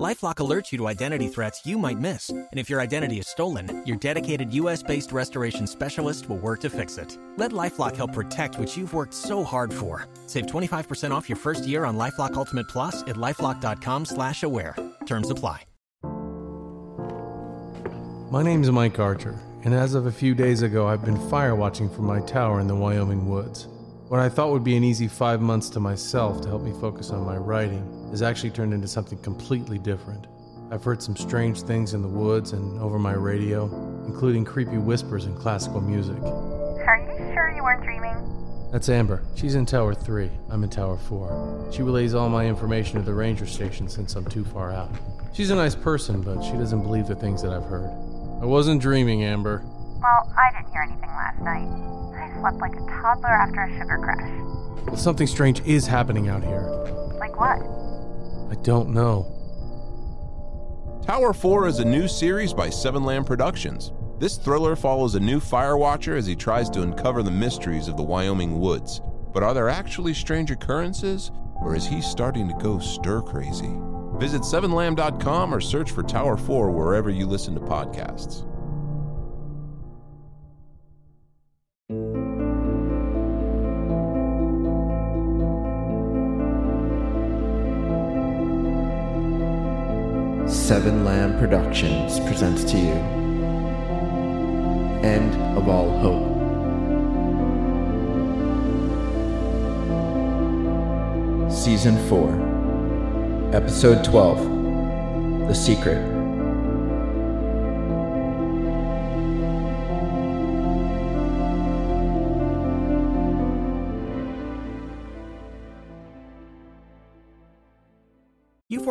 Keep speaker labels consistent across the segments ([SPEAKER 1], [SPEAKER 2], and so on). [SPEAKER 1] Lifelock alerts you to identity threats you might miss. And if your identity is stolen, your dedicated US based restoration specialist will work to fix it. Let Lifelock help protect what you've worked so hard for. Save 25% off your first year on Lifelock Ultimate Plus at lifelock.com slash aware. Terms apply.
[SPEAKER 2] My name's Mike Archer, and as of a few days ago, I've been fire watching from my tower in the Wyoming woods. What I thought would be an easy five months to myself to help me focus on my writing has actually turned into something completely different. I've heard some strange things in the woods and over my radio, including creepy whispers and classical music.
[SPEAKER 3] Are you sure you weren't dreaming?
[SPEAKER 2] That's Amber. She's in Tower 3. I'm in Tower 4. She relays all my information to the ranger station since I'm too far out. She's a nice person, but she doesn't believe the things that I've heard. I wasn't dreaming, Amber.
[SPEAKER 3] Well, I didn't hear anything last night. I slept like a toddler after a sugar crash.
[SPEAKER 2] Well, something strange is happening out here.
[SPEAKER 3] Like what?
[SPEAKER 2] I don't know.
[SPEAKER 4] Tower 4 is a new series by Seven Lamb Productions. This thriller follows a new firewatcher as he tries to uncover the mysteries of the Wyoming woods. But are there actually strange occurrences, or is he starting to go stir crazy? Visit sevenlamb.com or search for Tower 4 wherever you listen to podcasts.
[SPEAKER 5] Seven Lamb Productions presents to you End of All Hope. Season 4, Episode 12 The Secret.
[SPEAKER 1] You've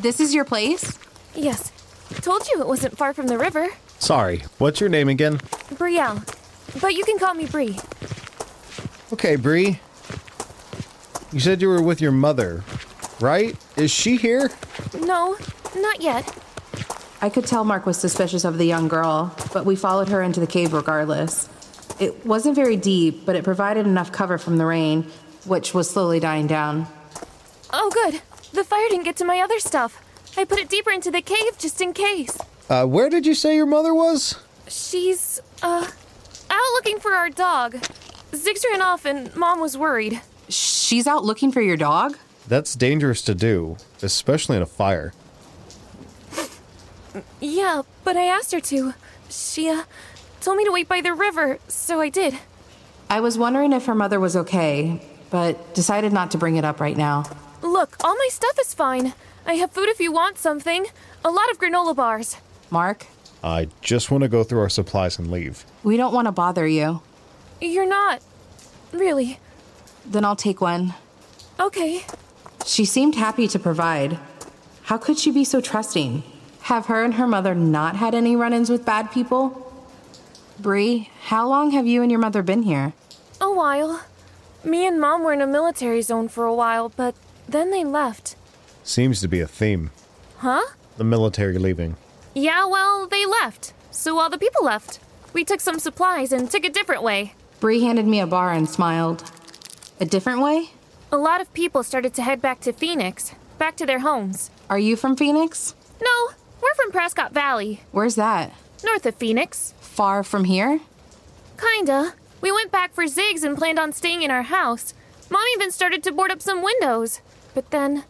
[SPEAKER 6] This is your place?
[SPEAKER 7] Yes. Told you it wasn't far from the river.
[SPEAKER 8] Sorry, what's your name again?
[SPEAKER 7] Brielle. But you can call me Bree.
[SPEAKER 8] Okay, Bree. You said you were with your mother, right? Is she here?
[SPEAKER 7] No, not yet.
[SPEAKER 6] I could tell Mark was suspicious of the young girl, but we followed her into the cave regardless. It wasn't very deep, but it provided enough cover from the rain, which was slowly dying down.
[SPEAKER 7] Oh, good. The fire didn't get to my other stuff. I put it deeper into the cave just in case.
[SPEAKER 8] Uh, where did you say your mother was?
[SPEAKER 7] She's, uh, out looking for our dog. Ziggs ran off and Mom was worried.
[SPEAKER 6] She's out looking for your dog?
[SPEAKER 8] That's dangerous to do, especially in a fire.
[SPEAKER 7] Yeah, but I asked her to. She, uh, told me to wait by the river, so I did.
[SPEAKER 6] I was wondering if her mother was okay, but decided not to bring it up right now.
[SPEAKER 7] Look, all my stuff is fine. I have food if you want something. A lot of granola bars.
[SPEAKER 6] Mark,
[SPEAKER 8] I just want to go through our supplies and leave.
[SPEAKER 6] we don't want to bother you.
[SPEAKER 7] You're not. Really.
[SPEAKER 6] Then I'll take one.
[SPEAKER 7] Okay.
[SPEAKER 6] She seemed happy to provide.
[SPEAKER 3] How could she be so trusting? Have her and her mother not had any run ins with bad people? Bree, how long have you and your mother been here?
[SPEAKER 7] A while. Me and Mom were in a military zone for a while, but then they left.
[SPEAKER 2] Seems to be a theme.
[SPEAKER 7] Huh?
[SPEAKER 2] The military leaving.
[SPEAKER 7] Yeah, well, they left. So all the people left. We took some supplies and took a different way.
[SPEAKER 3] Bree handed me a bar and smiled. A different way?
[SPEAKER 7] A lot of people started to head back to Phoenix, back to their homes.
[SPEAKER 3] Are you from Phoenix?
[SPEAKER 7] No, we're from Prescott Valley,
[SPEAKER 3] Where's that?
[SPEAKER 7] north of Phoenix.
[SPEAKER 3] Far from here?
[SPEAKER 7] Kinda. We went back for zigs and planned on staying in our house. Mom even started to board up some windows. But then,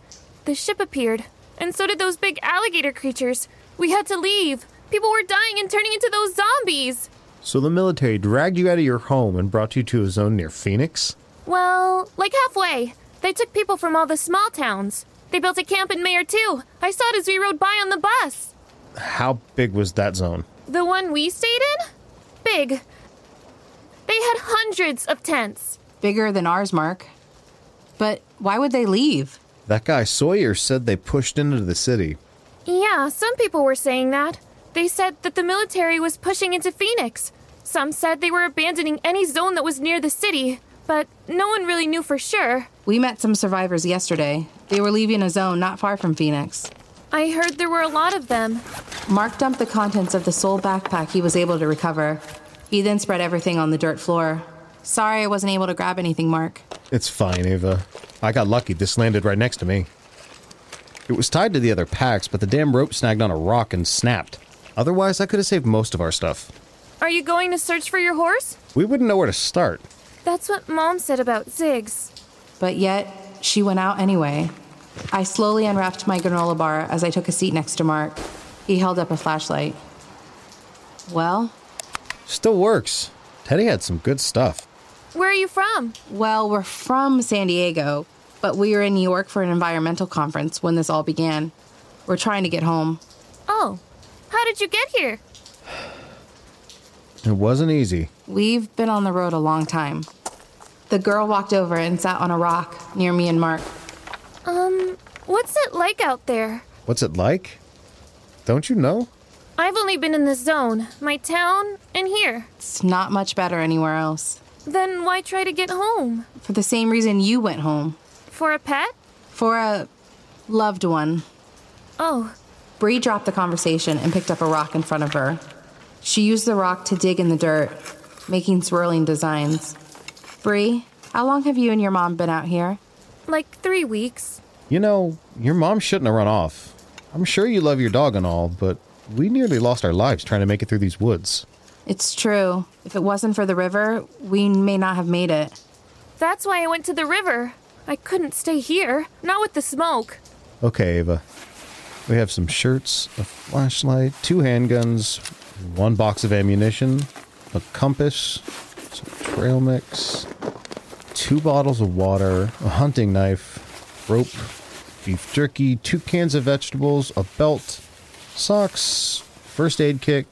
[SPEAKER 7] the ship appeared, and so did those big alligator creatures. We had to leave. People were dying and turning into those zombies.
[SPEAKER 2] So the military dragged you out of your home and brought you to a zone near Phoenix?
[SPEAKER 7] Well, like halfway. They took people from all the small towns. They built a camp in Mayor, too. I saw it as we rode by on the bus.
[SPEAKER 2] How big was that zone?
[SPEAKER 7] The one we stayed in? Big. They had hundreds of tents.
[SPEAKER 3] Bigger than ours, Mark. But why would they leave?
[SPEAKER 2] That guy Sawyer said they pushed into the city.
[SPEAKER 7] Yeah, some people were saying that. They said that the military was pushing into Phoenix. Some said they were abandoning any zone that was near the city, but no one really knew for sure.
[SPEAKER 3] We met some survivors yesterday. They were leaving a zone not far from Phoenix.
[SPEAKER 7] I heard there were a lot of them.
[SPEAKER 3] Mark dumped the contents of the sole backpack he was able to recover. He then spread everything on the dirt floor. Sorry I wasn't able to grab anything, Mark.
[SPEAKER 2] It's fine, Ava. I got lucky. This landed right next to me. It was tied to the other packs, but the damn rope snagged on a rock and snapped. Otherwise, I could have saved most of our stuff.
[SPEAKER 7] Are you going to search for your horse?
[SPEAKER 2] We wouldn't know where to start.
[SPEAKER 7] That's what Mom said about Ziggs.
[SPEAKER 3] But yet, she went out anyway. I slowly unwrapped my granola bar as I took a seat next to Mark. He held up a flashlight. Well,
[SPEAKER 2] Still works. Teddy had some good stuff.
[SPEAKER 7] Where are you from?
[SPEAKER 3] well, we're from San Diego, but we were in New York for an environmental conference when this all began. We're trying to get home.
[SPEAKER 7] Oh, how did you get here?
[SPEAKER 2] It wasn't easy.
[SPEAKER 3] We've been on the road a long time. The girl walked over and sat on a rock near me and Mark.
[SPEAKER 7] Um, what's it like out there?
[SPEAKER 2] What's it like? Don't you know?
[SPEAKER 7] I've only been in the zone, my town, and here.
[SPEAKER 3] It's not much better anywhere else.
[SPEAKER 7] Then why try to get home?
[SPEAKER 3] For the same reason you went home
[SPEAKER 7] For a pet?
[SPEAKER 3] for a loved one.
[SPEAKER 7] Oh,
[SPEAKER 3] Bree dropped the conversation and picked up a rock in front of her. She used the rock to dig in the dirt, making swirling designs. Bree, how long have you and your mom been out here?
[SPEAKER 7] like three weeks.
[SPEAKER 2] You know, your mom shouldn't have run off. I'm sure you love your dog and all, but we nearly lost our lives trying to make it through these woods.
[SPEAKER 3] It's true. If it wasn't for the river, we may not have made it.
[SPEAKER 7] That's why I went to the river. I couldn't stay here, not with the smoke.
[SPEAKER 2] Okay, Ava. We have some shirts, a flashlight, two handguns, one box of ammunition, a compass, some trail mix, two bottles of water, a hunting knife, rope, beef jerky, two cans of vegetables, a belt, socks, first aid kit,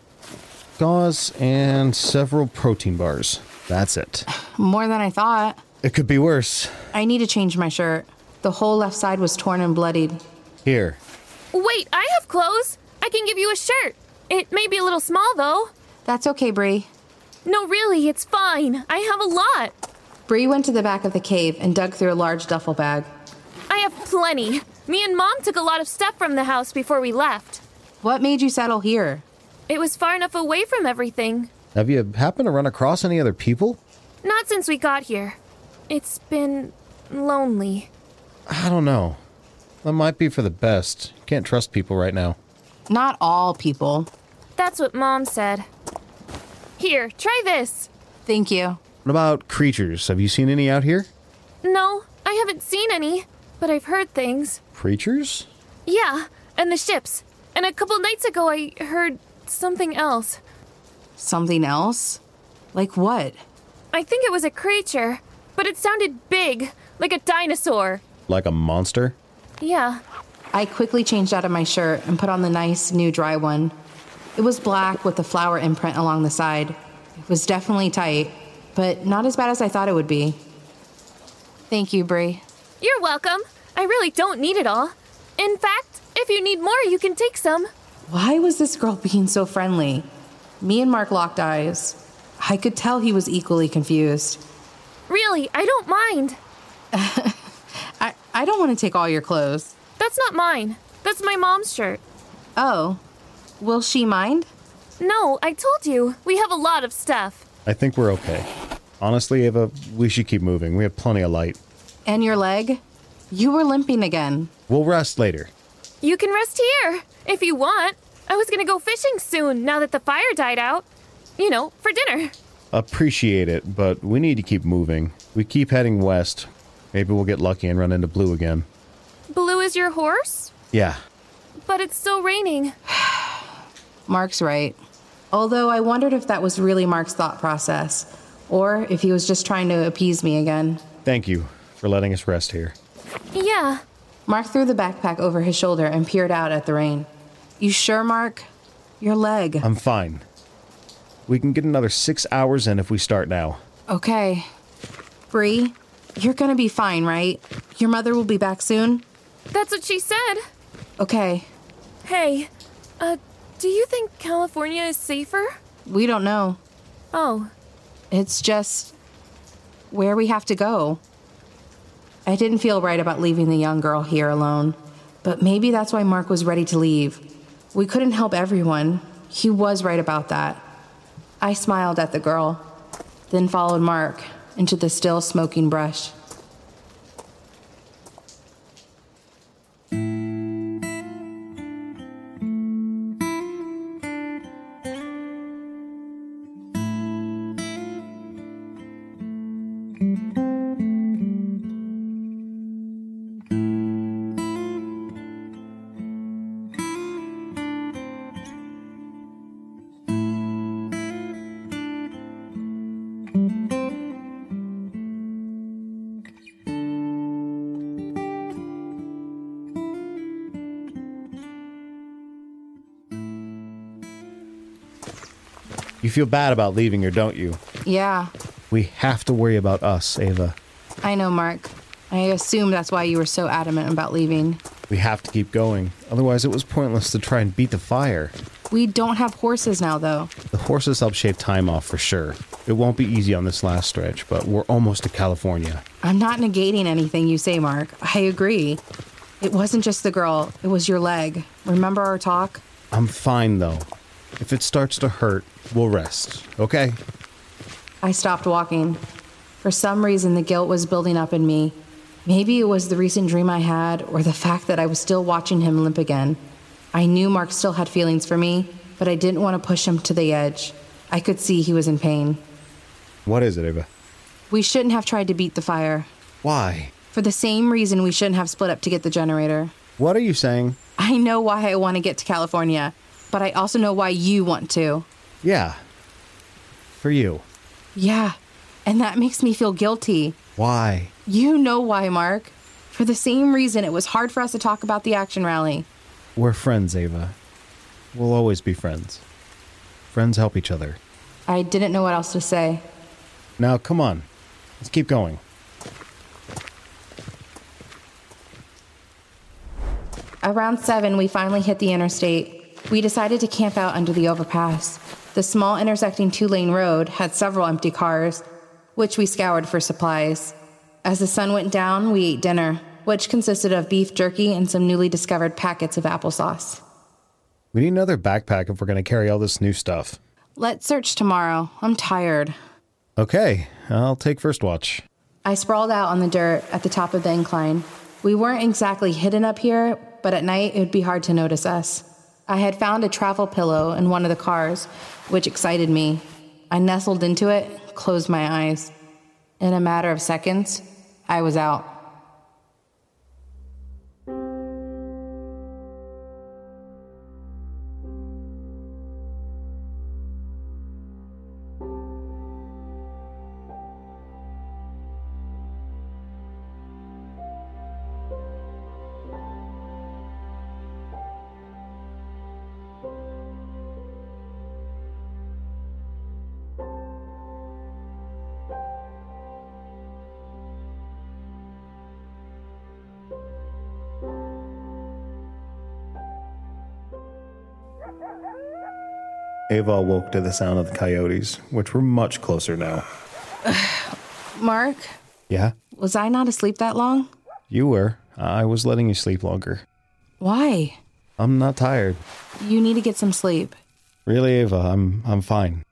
[SPEAKER 2] gauze, and several protein bars. That's it.
[SPEAKER 3] More than I thought.
[SPEAKER 2] It could be worse.
[SPEAKER 3] I need to change my shirt. The whole left side was torn and bloodied.
[SPEAKER 2] Here,
[SPEAKER 7] Wait, I have clothes. I can give you a shirt. It may be a little small, though.
[SPEAKER 3] That's okay, Bree.
[SPEAKER 7] No, really, it's fine. I have a lot.
[SPEAKER 3] Bree went to the back of the cave and dug through a large duffel bag.
[SPEAKER 7] I have plenty. Me and Mom took a lot of stuff from the house before we left.
[SPEAKER 3] What made you settle here?
[SPEAKER 7] It was far enough away from everything.
[SPEAKER 2] have you happened to run across any other people?
[SPEAKER 7] Not since we got here. It's been lonely.
[SPEAKER 2] I don't know. That might be for the best. Can't trust people right now.
[SPEAKER 3] Not all people.
[SPEAKER 7] That's what Mom said. Here, try this.
[SPEAKER 3] Thank you.
[SPEAKER 2] What about creatures? Have you seen any out here?
[SPEAKER 7] No, I haven't seen any, but I've heard things.
[SPEAKER 2] Creatures?
[SPEAKER 7] Yeah, and the ships. And a couple nights ago, I heard something else.
[SPEAKER 3] Something else? Like what?
[SPEAKER 7] I think it was a creature, but it sounded big, like a dinosaur.
[SPEAKER 2] Like a monster?
[SPEAKER 7] Yeah,
[SPEAKER 3] I quickly changed out of my shirt and put on the nice, new, dry one. It was black with a flower imprint along the side. It was definitely tight, but not as bad as I thought it would be. Thank you, Bree.
[SPEAKER 7] you're welcome. I really don't need it all. In fact, it If you need more, you can take some.
[SPEAKER 3] Why was this girl being so friendly? Me and Mark locked eyes. I could tell he was equally confused.
[SPEAKER 7] Really, I don't mind.
[SPEAKER 3] I, I don't want to take all your clothes.
[SPEAKER 7] That's not mine. That's my mom's shirt.
[SPEAKER 3] Oh, will she mind?
[SPEAKER 7] No, I told you. We have a lot of stuff.
[SPEAKER 2] I think we're okay. Honestly, Ava, we should keep moving. We have plenty of light.
[SPEAKER 3] And your leg? You were limping again.
[SPEAKER 2] We'll rest later.
[SPEAKER 7] You can rest here, if you want. I was gonna go fishing soon now that the fire died out. You know, for dinner.
[SPEAKER 2] Appreciate it, but we need to keep moving. We keep heading west. Maybe we'll get lucky and run into Blue again.
[SPEAKER 7] Blue is your horse?
[SPEAKER 2] Yeah.
[SPEAKER 7] But it's still raining.
[SPEAKER 3] Mark's right. Although I wondered if that was really Mark's thought process, or if he was just trying to appease me again.
[SPEAKER 2] Thank you for letting us rest here.
[SPEAKER 7] Yeah,
[SPEAKER 3] Mark threw the backpack over his shoulder and peered out at the rain. You sure, Mark? Your leg.
[SPEAKER 2] I'm fine. We can get another six hours in if we start now.
[SPEAKER 3] okay. Bree, you're gonna be fine, right? Your mother will be back soon?
[SPEAKER 7] that's what she said.
[SPEAKER 3] Okay.
[SPEAKER 7] Hey, uh, do you think California is safer?
[SPEAKER 3] We don't know.
[SPEAKER 7] Oh,
[SPEAKER 3] It's just where we have to go. I didn't feel right about leaving the young girl here alone, but maybe that's why Mark was ready to leave. We couldn't help everyone. He was right about that. I smiled at the girl, then followed Mark into the still smoking brush.
[SPEAKER 2] You feel bad about leaving her, don't you?
[SPEAKER 3] Yeah,
[SPEAKER 2] We have to worry about us, Ava.
[SPEAKER 3] I know, Mark. I assume that's why you were so adamant about leaving.
[SPEAKER 2] We have to keep going. Otherwise, it was pointless to try and beat the fire.
[SPEAKER 3] We don't have horses now, though.
[SPEAKER 2] The horses help shave time off for sure. It won't be easy on this last stretch, but we're almost to California.
[SPEAKER 3] I'm not negating anything you say, Mark. I agree. It wasn't just the girl, it was your leg. Remember our talk?
[SPEAKER 2] I'm fine though. If it starts to hurt, we'll rest, okay?
[SPEAKER 3] I stopped walking. For some reason, the guilt was building up in me. Maybe it was the recent dream I had, or the fact that I was still watching him limp again. I knew Mark still had feelings for me, but I didn't want to push him to the edge. I could see he was in pain.
[SPEAKER 2] What is it, Ava?
[SPEAKER 3] We shouldn't have tried to beat the fire.
[SPEAKER 2] Why?
[SPEAKER 3] For the same reason, we shouldn't have split up to get the generator.
[SPEAKER 2] What are you saying?
[SPEAKER 3] I know why I want to get to California, but I also know why you want to.
[SPEAKER 2] Yeah. For you.
[SPEAKER 3] Yeah, and that makes me feel guilty.
[SPEAKER 2] Why?
[SPEAKER 3] You know why, Mark. For the same reason, it was hard for us to talk about the action rally.
[SPEAKER 2] We're friends, Ava. We'll always be friends. Friends help each other.
[SPEAKER 3] I didn't know what else to say.
[SPEAKER 2] Now, come on. Let's keep going.
[SPEAKER 3] Around seven, we finally hit the interstate. We decided to camp out under the overpass. The small intersecting two lane road had several empty cars, which we scoured for supplies. As the sun went down, we ate dinner, which consisted of beef jerky and some newly discovered packets of applesauce.
[SPEAKER 2] We need another backpack if we're going to carry all this new stuff.
[SPEAKER 3] Let's search tomorrow. I'm tired.
[SPEAKER 2] Okay, I'll take first watch.
[SPEAKER 3] I sprawled out on the dirt at the top of the incline. We weren't exactly hidden up here, but at night it would be hard to notice us. I had found a travel pillow in one of the cars, which excited me. I nestled into it, closed my eyes. In a matter of seconds, I was out.
[SPEAKER 9] Ava woke to the sound of the coyotes, which were much closer now.
[SPEAKER 3] Mark,
[SPEAKER 2] Yeah,
[SPEAKER 3] was I not asleep that long?
[SPEAKER 2] you were. I was letting you sleep longer.
[SPEAKER 3] Why?
[SPEAKER 2] I'm not tired.
[SPEAKER 3] You need to get some sleep.
[SPEAKER 2] Really, Ava, I'm I'm fine.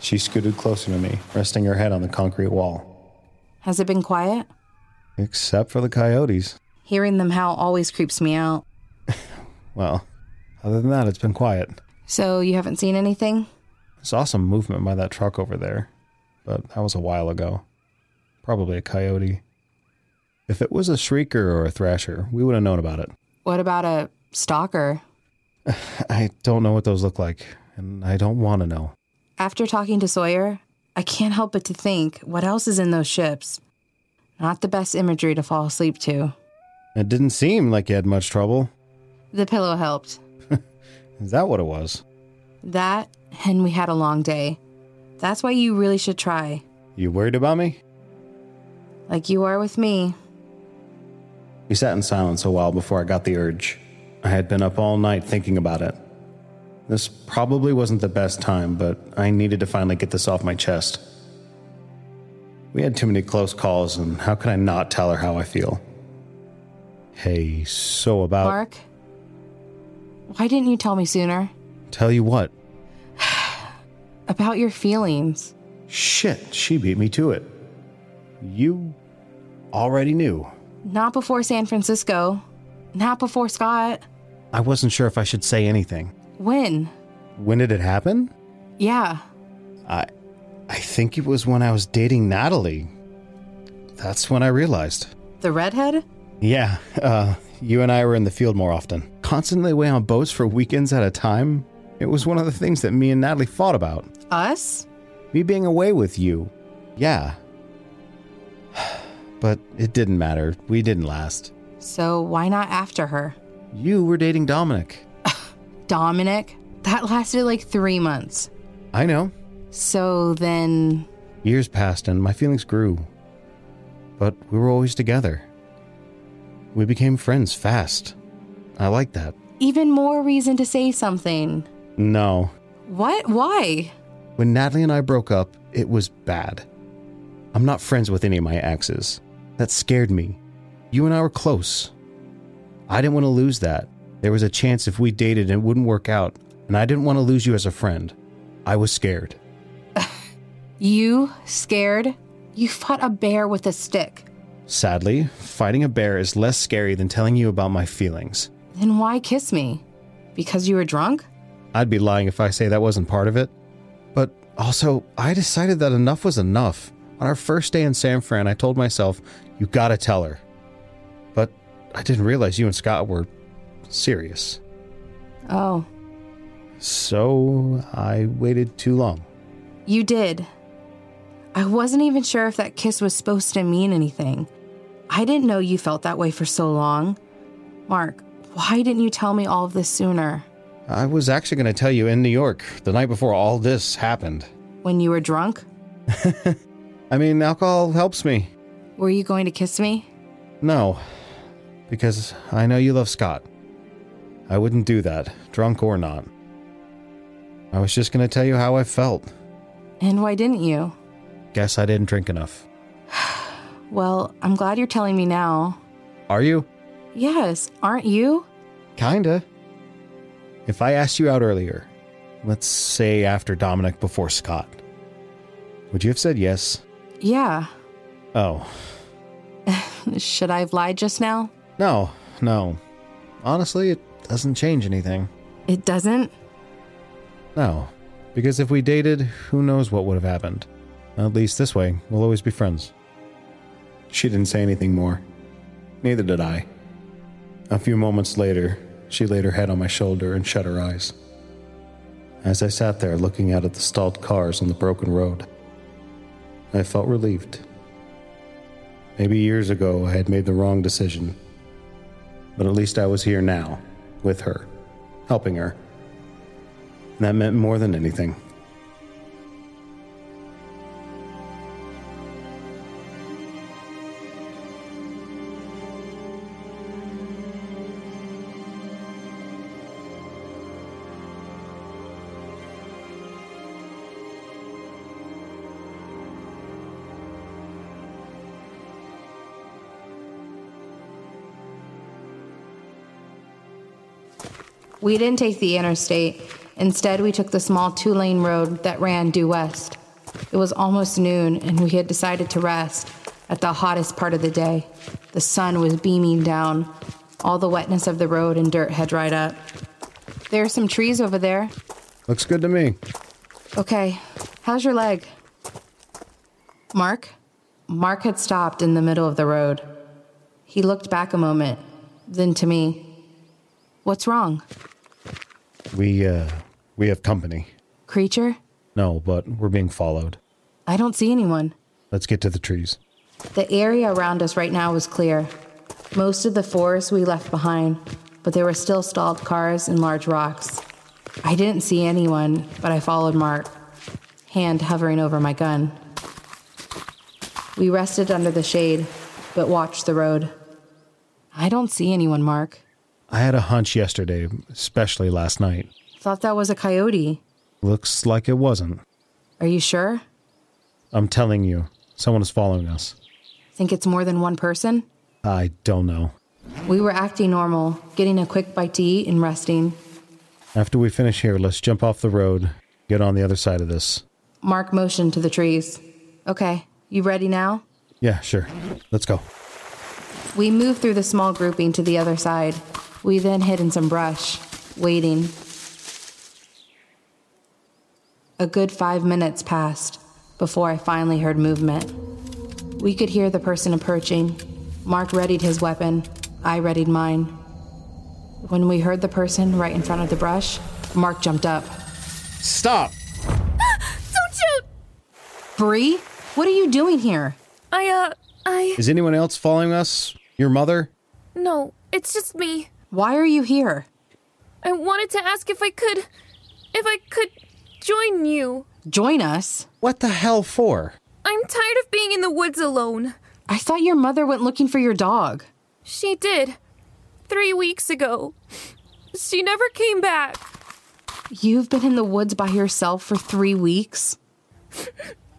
[SPEAKER 9] She scooted closer to me, resting her head on the concrete wall.
[SPEAKER 3] Has it been quiet?
[SPEAKER 2] Except for the coyotes.
[SPEAKER 3] Hearing them howl always creeps me out.
[SPEAKER 2] Well, other than that, it's been quiet.
[SPEAKER 3] So, you haven't seen anything?
[SPEAKER 2] Saw some movement by that truck over there, but that was a while ago. Probably a coyote. If it was a shrieker or a thrasher, we would have known about it.
[SPEAKER 3] What about a stalker?
[SPEAKER 2] I don't know what those look like, and I don't want to know.
[SPEAKER 3] After talking to Sawyer, I can't help but to think what else is in those ships? Not the best imagery to fall asleep to.
[SPEAKER 2] It didn't seem like you had much trouble.
[SPEAKER 3] The pillow helped.
[SPEAKER 2] Is that what it was?
[SPEAKER 3] That, and we had a long day. That's why you really should try,
[SPEAKER 2] You worried about me?
[SPEAKER 3] like you are with me.
[SPEAKER 9] We sat in silence a while before I got the urge. I had been up all night thinking about it. This probably wasn't the best time, but I needed to finally get this off my chest. We had too many close calls, and how could I not tell her how I feel?
[SPEAKER 2] Hey, so about.
[SPEAKER 3] Mark, why didn't you tell me sooner
[SPEAKER 2] Tell you what.
[SPEAKER 3] about your feelings?
[SPEAKER 2] Shit, she beat me to it. You already knew.
[SPEAKER 3] Not before San Francisco, not before Scott.
[SPEAKER 2] I wasn't sure if I should say anything.
[SPEAKER 3] When?
[SPEAKER 2] When did it happen?
[SPEAKER 3] Yeah,
[SPEAKER 2] I I think it was when I was dating Natalie. That's when I realized.
[SPEAKER 3] the redhead?
[SPEAKER 2] Yeah, uh, you and I were in the field more often. Constantly away on boats for weekends at a time. It was one of the things that me and Natalie fought about.
[SPEAKER 3] Us?
[SPEAKER 2] Me being away with you. Yeah. But it didn't matter. We didn't last.
[SPEAKER 3] So why not after her?
[SPEAKER 2] You were dating Dominic.
[SPEAKER 3] Dominic? That lasted like three months.
[SPEAKER 2] I know.
[SPEAKER 3] So then,
[SPEAKER 2] Years passed and my feelings grew. But we were always together. We became friends fast. I like that.
[SPEAKER 3] even more reason to say something.
[SPEAKER 2] No.
[SPEAKER 3] What? Why?
[SPEAKER 2] When Natalie and I broke up, it was bad. I'm not friends with any of my exes. That scared me. You and I were close. I didn't want to lose that. There was a chance if we dated and it wouldn't work out, and I didn't want to lose you as a friend. I was scared.
[SPEAKER 3] You scared? You fought a bear with a stick.
[SPEAKER 2] Sadly, fighting a bear is less scary than telling you about my feelings.
[SPEAKER 3] Then why kiss me? Because you were drunk?
[SPEAKER 2] I'd be lying if I say that wasn't part of it. But also, I decided that enough was enough. On our first day in San Fran, I told myself, you gotta tell her. But I didn't realize you and Scott were serious.
[SPEAKER 3] Oh,
[SPEAKER 2] So I waited too long.
[SPEAKER 3] you did. I wasn't even sure if that kiss was supposed to mean anything. I didn't know you felt that way for so long. Mark, why didn't you tell me all of this sooner?
[SPEAKER 2] I was actually gonna tell you in New York the night before all this happened.
[SPEAKER 3] When you were drunk?
[SPEAKER 2] I mean, alcohol helps me.
[SPEAKER 3] Were you going to kiss me?
[SPEAKER 2] No, because I know you love Scott. I wouldn't do that, drunk or not. I was just going to tell you how I felt.
[SPEAKER 3] And why didn't you?
[SPEAKER 2] Guess I didn't drink enough.
[SPEAKER 3] Well, I'm glad you're telling me now.
[SPEAKER 2] Are you?
[SPEAKER 3] Yes, aren't you?
[SPEAKER 2] Kinda. If I asked you out earlier, let's say after Dominic before Scott, would you have said yes?
[SPEAKER 3] Yeah.
[SPEAKER 2] Oh,
[SPEAKER 3] Should I have lied just now?
[SPEAKER 2] no, no. Honestly, it doesn't change anything.
[SPEAKER 3] It doesn't?
[SPEAKER 2] No, because if we dated, who knows what would have happened. At least this way, we'll always be friends.
[SPEAKER 9] She didn't say anything more. Neither did I. A few moments later, she laid her head on my shoulder and shut her eyes. As I sat there looking out at the stalled cars on the broken road, I felt relieved. Maybe years ago I had made the wrong decision, but at least I was here now, with her, helping her. And that meant more than anything.
[SPEAKER 5] We didn't take the interstate. Instead, we took the small two lane road that ran due west. It was almost noon, and we had decided to rest at the hottest part of the day. The sun was beaming down. All the wetness of the road and dirt had dried up. There are some trees over there.
[SPEAKER 2] Looks good to me.
[SPEAKER 5] Okay, how's your leg? Mark? Mark had stopped in the middle of the road. He looked back a moment, then to me. What's wrong?
[SPEAKER 2] We uh we have company.
[SPEAKER 5] Creature?
[SPEAKER 2] No, but we're being followed.
[SPEAKER 5] I don't see anyone.
[SPEAKER 2] Let's get to the trees.
[SPEAKER 5] The area around us right now was clear. Most of the forest we left behind, but there were still stalled cars and large rocks. I didn't see anyone, but I followed Mark, hand hovering over my gun. We rested under the shade, but watched the road. I don't see anyone, Mark.
[SPEAKER 2] I had a hunch yesterday, especially last night.
[SPEAKER 5] Thought that was a coyote.
[SPEAKER 2] Looks like it wasn't.
[SPEAKER 5] Are you sure?
[SPEAKER 2] I'm telling you, someone is following us.
[SPEAKER 5] Think it's more than one person?
[SPEAKER 2] I don't know.
[SPEAKER 5] We were acting normal, getting a quick bite to eat and resting.
[SPEAKER 2] After we finish here, let's jump off the road, get on the other side of this.
[SPEAKER 5] Mark motioned to the trees. Okay, you ready now?
[SPEAKER 2] Yeah, sure. Let's go.
[SPEAKER 5] We moved through the small grouping to the other side. We then hid in some brush, waiting. A good five minutes passed before I finally heard movement. We could hear the person approaching. Mark readied his weapon, I readied mine. When we heard the person right in front of the brush, Mark jumped up.
[SPEAKER 2] Stop!
[SPEAKER 7] Don't shoot!
[SPEAKER 5] Bree, what are you doing here?
[SPEAKER 7] I, uh, I.
[SPEAKER 2] Is anyone else following us? Your mother?
[SPEAKER 7] No, it's just me.
[SPEAKER 5] Why are you here?
[SPEAKER 7] I wanted to ask if I could. if I could join you.
[SPEAKER 5] Join us?
[SPEAKER 2] What the hell for?
[SPEAKER 7] I'm tired of being in the woods alone.
[SPEAKER 5] I thought your mother went looking for your dog.
[SPEAKER 7] She did. Three weeks ago. She never came back.
[SPEAKER 5] You've been in the woods by yourself for three weeks?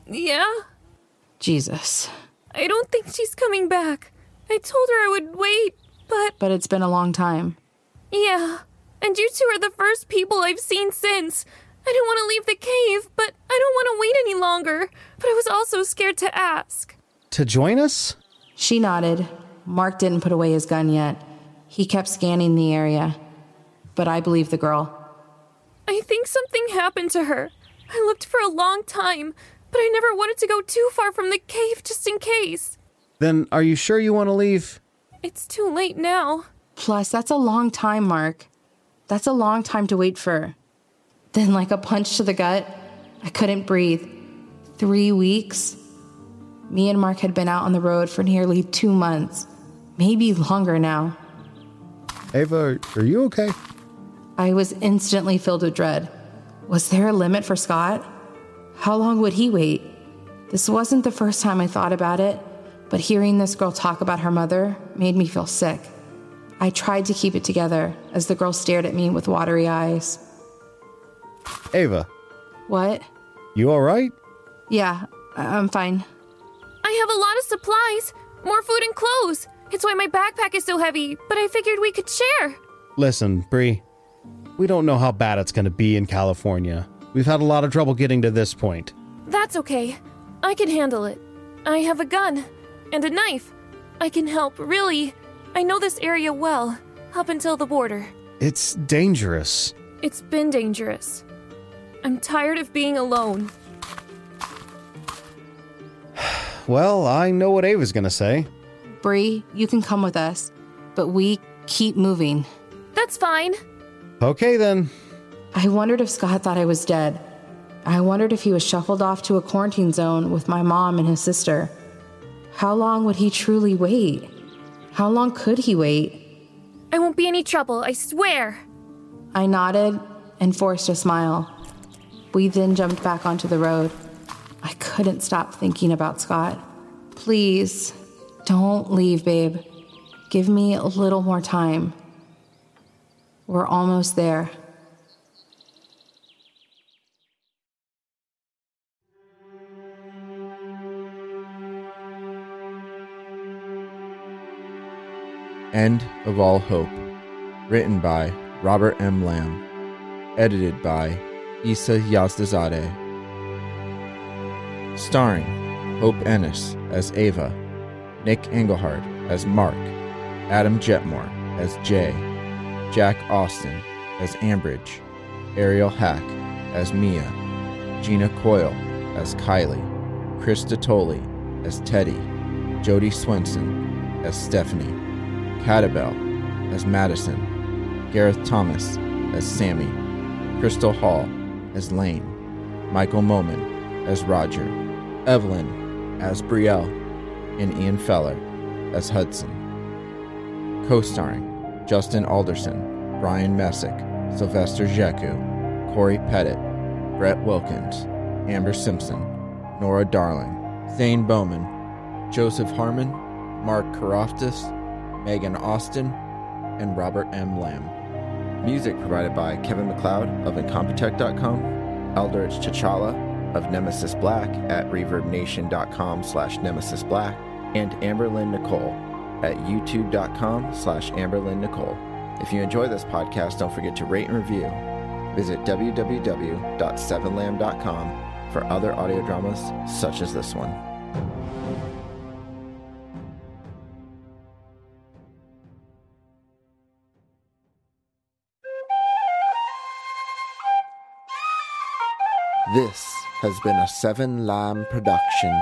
[SPEAKER 7] Yeah?
[SPEAKER 5] Jesus.
[SPEAKER 7] I don't think she's coming back. I told her I would wait, but.
[SPEAKER 5] But it's been a long time.
[SPEAKER 7] Yeah. And you two are the first people I've seen since. I didn't want to leave the cave, but I don't want to wait any longer. But I was also scared to ask.
[SPEAKER 2] To join us?
[SPEAKER 5] She nodded. Mark didn't put away his gun yet. He kept scanning the area. But I believe the girl.
[SPEAKER 7] I think something happened to her. I looked for a long time, but I never wanted to go too far from the cave just in case.
[SPEAKER 2] Then are you sure you want to leave?
[SPEAKER 7] It's too late now.
[SPEAKER 5] Plus, that's a long time, Mark. That's a long time to wait for. Then, like a punch to the gut, I couldn't breathe. Three weeks? Me and Mark had been out on the road for nearly two months, maybe longer now.
[SPEAKER 2] Ava, are you okay?
[SPEAKER 5] I was instantly filled with dread. Was there a limit for Scott? How long would he wait? This wasn't the first time I thought about it, but hearing this girl talk about her mother made me feel sick. I tried to keep it together as the girl stared at me with watery eyes.
[SPEAKER 2] Ava,
[SPEAKER 5] What?
[SPEAKER 2] you all right?
[SPEAKER 5] Yeah, I- I'm fine.
[SPEAKER 7] I have a lot of supplies, more food and clothes. It's why my backpack is so heavy, but I figured we could share.
[SPEAKER 2] Listen, Bree, we don't know how bad it's going to be in California. We've had a lot of trouble getting to this point.
[SPEAKER 7] That's okay. I can handle it. I have a gun and a knife. I can help, really. I know this area well, up until the border.
[SPEAKER 2] It's dangerous.
[SPEAKER 7] It's been dangerous. I'm tired of being alone.
[SPEAKER 2] Well, I know what Ava's going to say.
[SPEAKER 5] Bree, you can come with us, but we keep moving.
[SPEAKER 7] That's fine.
[SPEAKER 2] Okay, then.
[SPEAKER 5] I wondered if Scott thought I was dead. I wondered if he was shuffled off to a quarantine zone with my mom and his sister. How long would he truly wait? How long could he wait?
[SPEAKER 7] I won't be any trouble, I swear.
[SPEAKER 5] I nodded and forced a smile. We then jumped back onto the road. I couldn't stop thinking about Scott. Please, don't leave, babe. Give me a little more time. We're almost there.
[SPEAKER 10] End of All Hope. Written by
[SPEAKER 5] Robert M. Lamb. Edited by Issa Yazdazadeh. Starring Hope Ennis as Ava, Nick Engelhard as Mark, Adam Jetmore as Jay, Jack Austin as Ambridge, Ariel Hack as Mia, Gina Coyle as Kylie, Chris Dottoli as Teddy, Jody Swenson as Stephanie, Catabel as Madison, Gareth Thomas as Sammy, Crystal Hall as Lane, Michael Moman as Roger, Evelyn as Brielle, and Ian Feller as Hudson. Co starring Justin Alderson, Brian Messick, Sylvester Jeku, Corey Pettit, Brett Wilkins, Amber Simpson, Nora Darling, Thane Bowman, Joseph Harmon, Mark Karoftis, Megan Austin, and Robert M. Lamb. Music provided by Kevin McLeod of Incompetech.com, Aldrich Chachala of Nemesis Black at ReverbNation.com slash Nemesis Black, and Amberlyn Nicole at YouTube.com slash Amberlyn Nicole. If you enjoy this podcast, don't forget to rate and review. Visit www.sevenlam.com for other audio dramas such as this one. This has been a Seven Lamb production.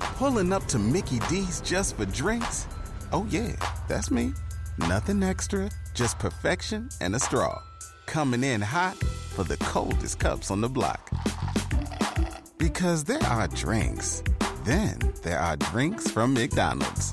[SPEAKER 7] Pulling up to Mickey D's just for drinks? Oh, yeah, that's me. Nothing extra, just perfection and a straw. Coming in hot for the coldest cups on the block. Because there are drinks, then there are drinks from McDonald's.